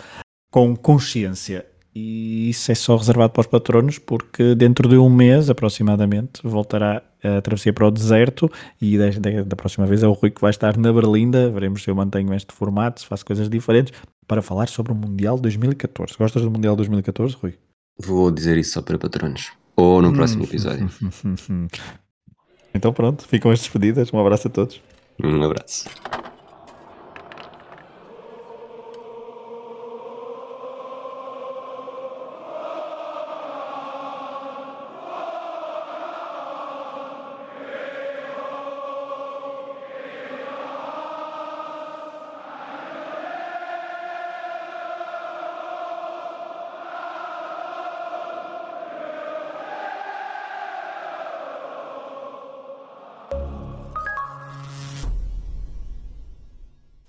Speaker 1: com consciência. E isso é só reservado para os patronos, porque dentro de um mês aproximadamente voltará a travessia para o deserto. E da, da- da próxima vez é o Rui que vai estar na Berlinda. Veremos se eu mantenho este formato, se faço coisas diferentes, para falar sobre o Mundial 2014. Gostas do Mundial 2014, Rui?
Speaker 2: Vou dizer isso só para patronos. Ou
Speaker 1: Hum.
Speaker 2: no próximo episódio.
Speaker 1: então pronto, ficam as despedidas. Um abraço a todos.
Speaker 2: Um abraço.